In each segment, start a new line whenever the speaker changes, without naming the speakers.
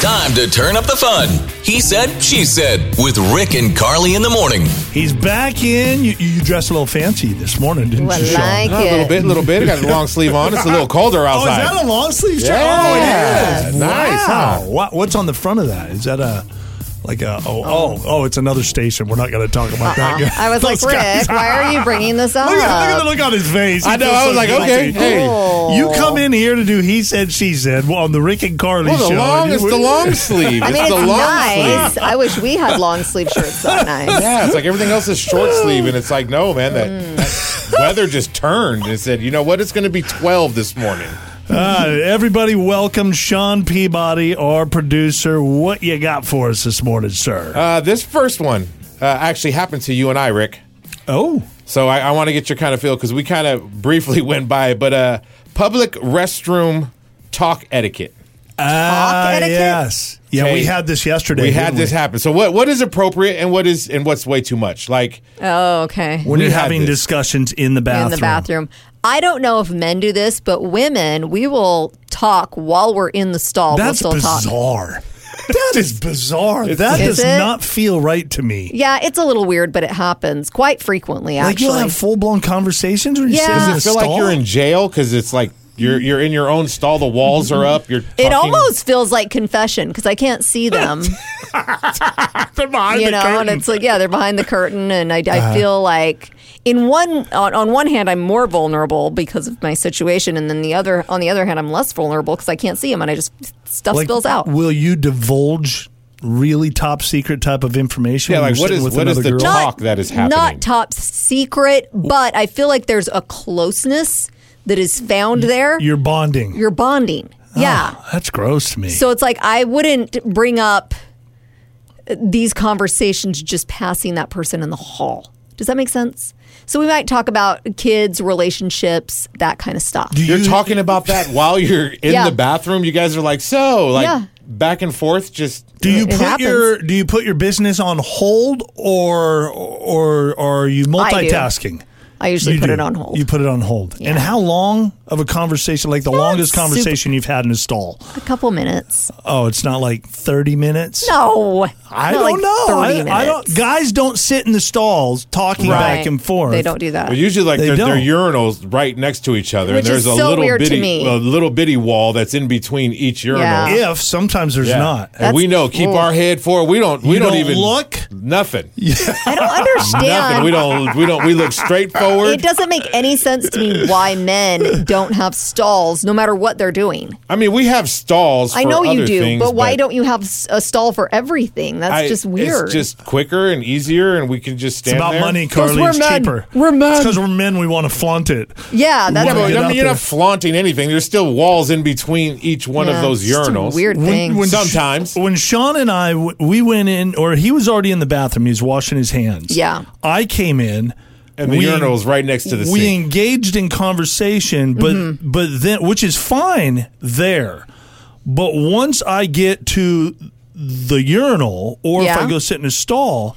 Time to turn up the fun. He said, she said, with Rick and Carly in the morning.
He's back in. You, you dressed a little fancy this morning, didn't
Well,
you, Sean?
like
Oh, a little bit, a little bit. Got a long sleeve on. It's a little colder
oh, is
outside.
that a long sleeve shirt?
Yeah.
Oh, it is.
Nice,
Wow.
huh?
What, what's on the front of that? Is that a like a oh oh oh? It's another station. We're not going to talk about
Uh-uh.
that.
I was like,
Those guys.
Rick, why are you bringing this up?
Look at, look at the look on his face. He
I know,
feels
I was like,
guilty.
okay, hey.
Cool.
You come in here to do he said she said on the Rick and Carly
Well,
show.
the long, it's the long sleeve.
I mean,
it's
it's
the long
nice.
sleeve.
I wish we had long sleeve shirts that nice.
Yeah, it's like everything else is short sleeve, and it's like, no, man, that,
Mm.
that weather just turned and said, you know what? It's going to be 12 this morning.
Uh, everybody, welcome Sean Peabody, our producer. What you got for us this morning, sir?
Uh, this first one uh, actually happened to you and I, Rick.
oh,
So I, I want to get your kind of feel because we kind of briefly went by it, but uh, public restroom talk etiquette.
ah,
etiquette?
yes, yeah.
Okay.
We had this yesterday.
We had
didn't
this happen. So what what is appropriate and what is and what's way too much? Like
Oh, okay.
when
We
you're
had
having
this.
discussions in the bathroom.
In the bathroom. I don't know if men do this, but women, we will talk while we're in the stall.
That's
we'll still talk.
bizarre. That is bizarre. That
Is
does
it?
not feel right to me.
Yeah, it's a little weird, but it happens quite frequently,
Like
actually.
you'll have full blown conversations when you
Yeah.
sit in
Does
a
I feel like
stall?
you're in jail because it's like you're you're in your own stall. The walls are up. You're
it
talking-
almost feels like confession because I can't see them,
They're behind
you
the
know, and
curtain.
it's like, yeah, they're behind the curtain. And I, I feel like, in one, on, on one hand, I'm more vulnerable because of my situation. And then the other, on the other hand, I'm less vulnerable because I can't see them and I just, stuff
Like,
spills out.
Will you divulge really top secret type of information?
Yeah,
when
like,
you're
what
sitting
is-
with
what is
another
the
girl?
top- talk that is happening.
Not top secret, but I feel like there's a closeness that is found there.
You're
You're,
bonding.
bonding. Yeah.
Oh, that's gross to me.
So it's like I wouldn't bring up these conversations just passing that person in the hall. Does that make sense? So we might talk about kids, relationships, that kind of stuff.
You're
You-
talking about that while you're in
Yeah.
the bathroom. You guys are like so like
Yeah.
back and forth. Just
do you
It
put
happens.
your do you put your business on hold or or, or are you multitasking?
I usually
You
put
do.
it on hold.
You put it on hold. And how long of a conversation, like the longest
super-
conversation you've had in a stall?
a couple minutes.
Oh, it's not like 30 minutes?
No.
I
Not
don't
like
know.
30
I, I don't.
minutes.
Guys don't sit in the stalls talking
Right.
back and forth.
They don't do that.
well, usually like
They
they're, they're
don't.
urinals right next to each other.
Which
and
is
there's a
so
little
weird to
bitty
me.
a little bitty wall that's in between each urinal.
Yeah.
If sometimes there's
Yeah.
not.
and we know. Keep
Ooh.
our head forward. We don't. We
You
don't,
don't
even
look?
Nothing.
I don't understand.
Nothing. We don't. We don't. We look straight forward.
It doesn't make any sense to me why men don't have stalls no matter what they're doing.
I mean, we have stalls. For
I know you
other
do,
things,
but why don't you have s- a stall for everything? That's
I-
just weird.
It's just quicker and easier, and we can just
It's
stand
about
there.
money,
'Cause
Carly.
we're
it's
men.
cheaper.
We're men.
because we're men. We want to flaunt it.
yeah, that's
Yeah,
Get
but I
out
mean, you're
there.
not flaunting anything. There's still walls in between each one
yeah,
of those
it's just a
urinals.
weird thing.
Sometimes.
when Sean and I w- we went in, or he was already in the bathroom. He was washing his hands.
Yeah.
I came in,
And the urinal's right next to the
We
sink.
engaged in conversation, but
Mm-hmm.
but then which is fine there, but once I get to the urinal, or if
Yeah.
I go sit in a stall.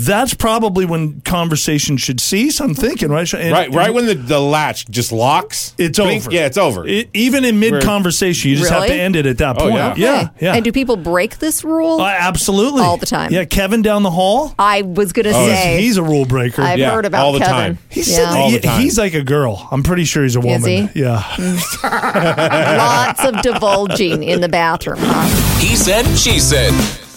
That's probably when conversation should cease. I'm thinking, right? Sean? And-
Right, right when the, the latch just locks.
It's
blink,
over.
Yeah, it's over.
It, even in mid conversation, you just have
Really?
to end it at that
Oh,
point.
yeah.
Okay.
yeah, yeah.
And do people break this rule?
Uh, absolutely
All the time.
Yeah, Kevin down the hall.
I was gonna
He's,
say
he's a rule breaker.
I've
Oh, Yeah,
heard about
all the
Kevin.
time.
He's
yeah.
sitting-
All the
he-
time.
he's like a girl. I'm pretty sure he's a woman.
he?
Yeah.
lots of divulging in the bathroom. Huh?
He said, she said.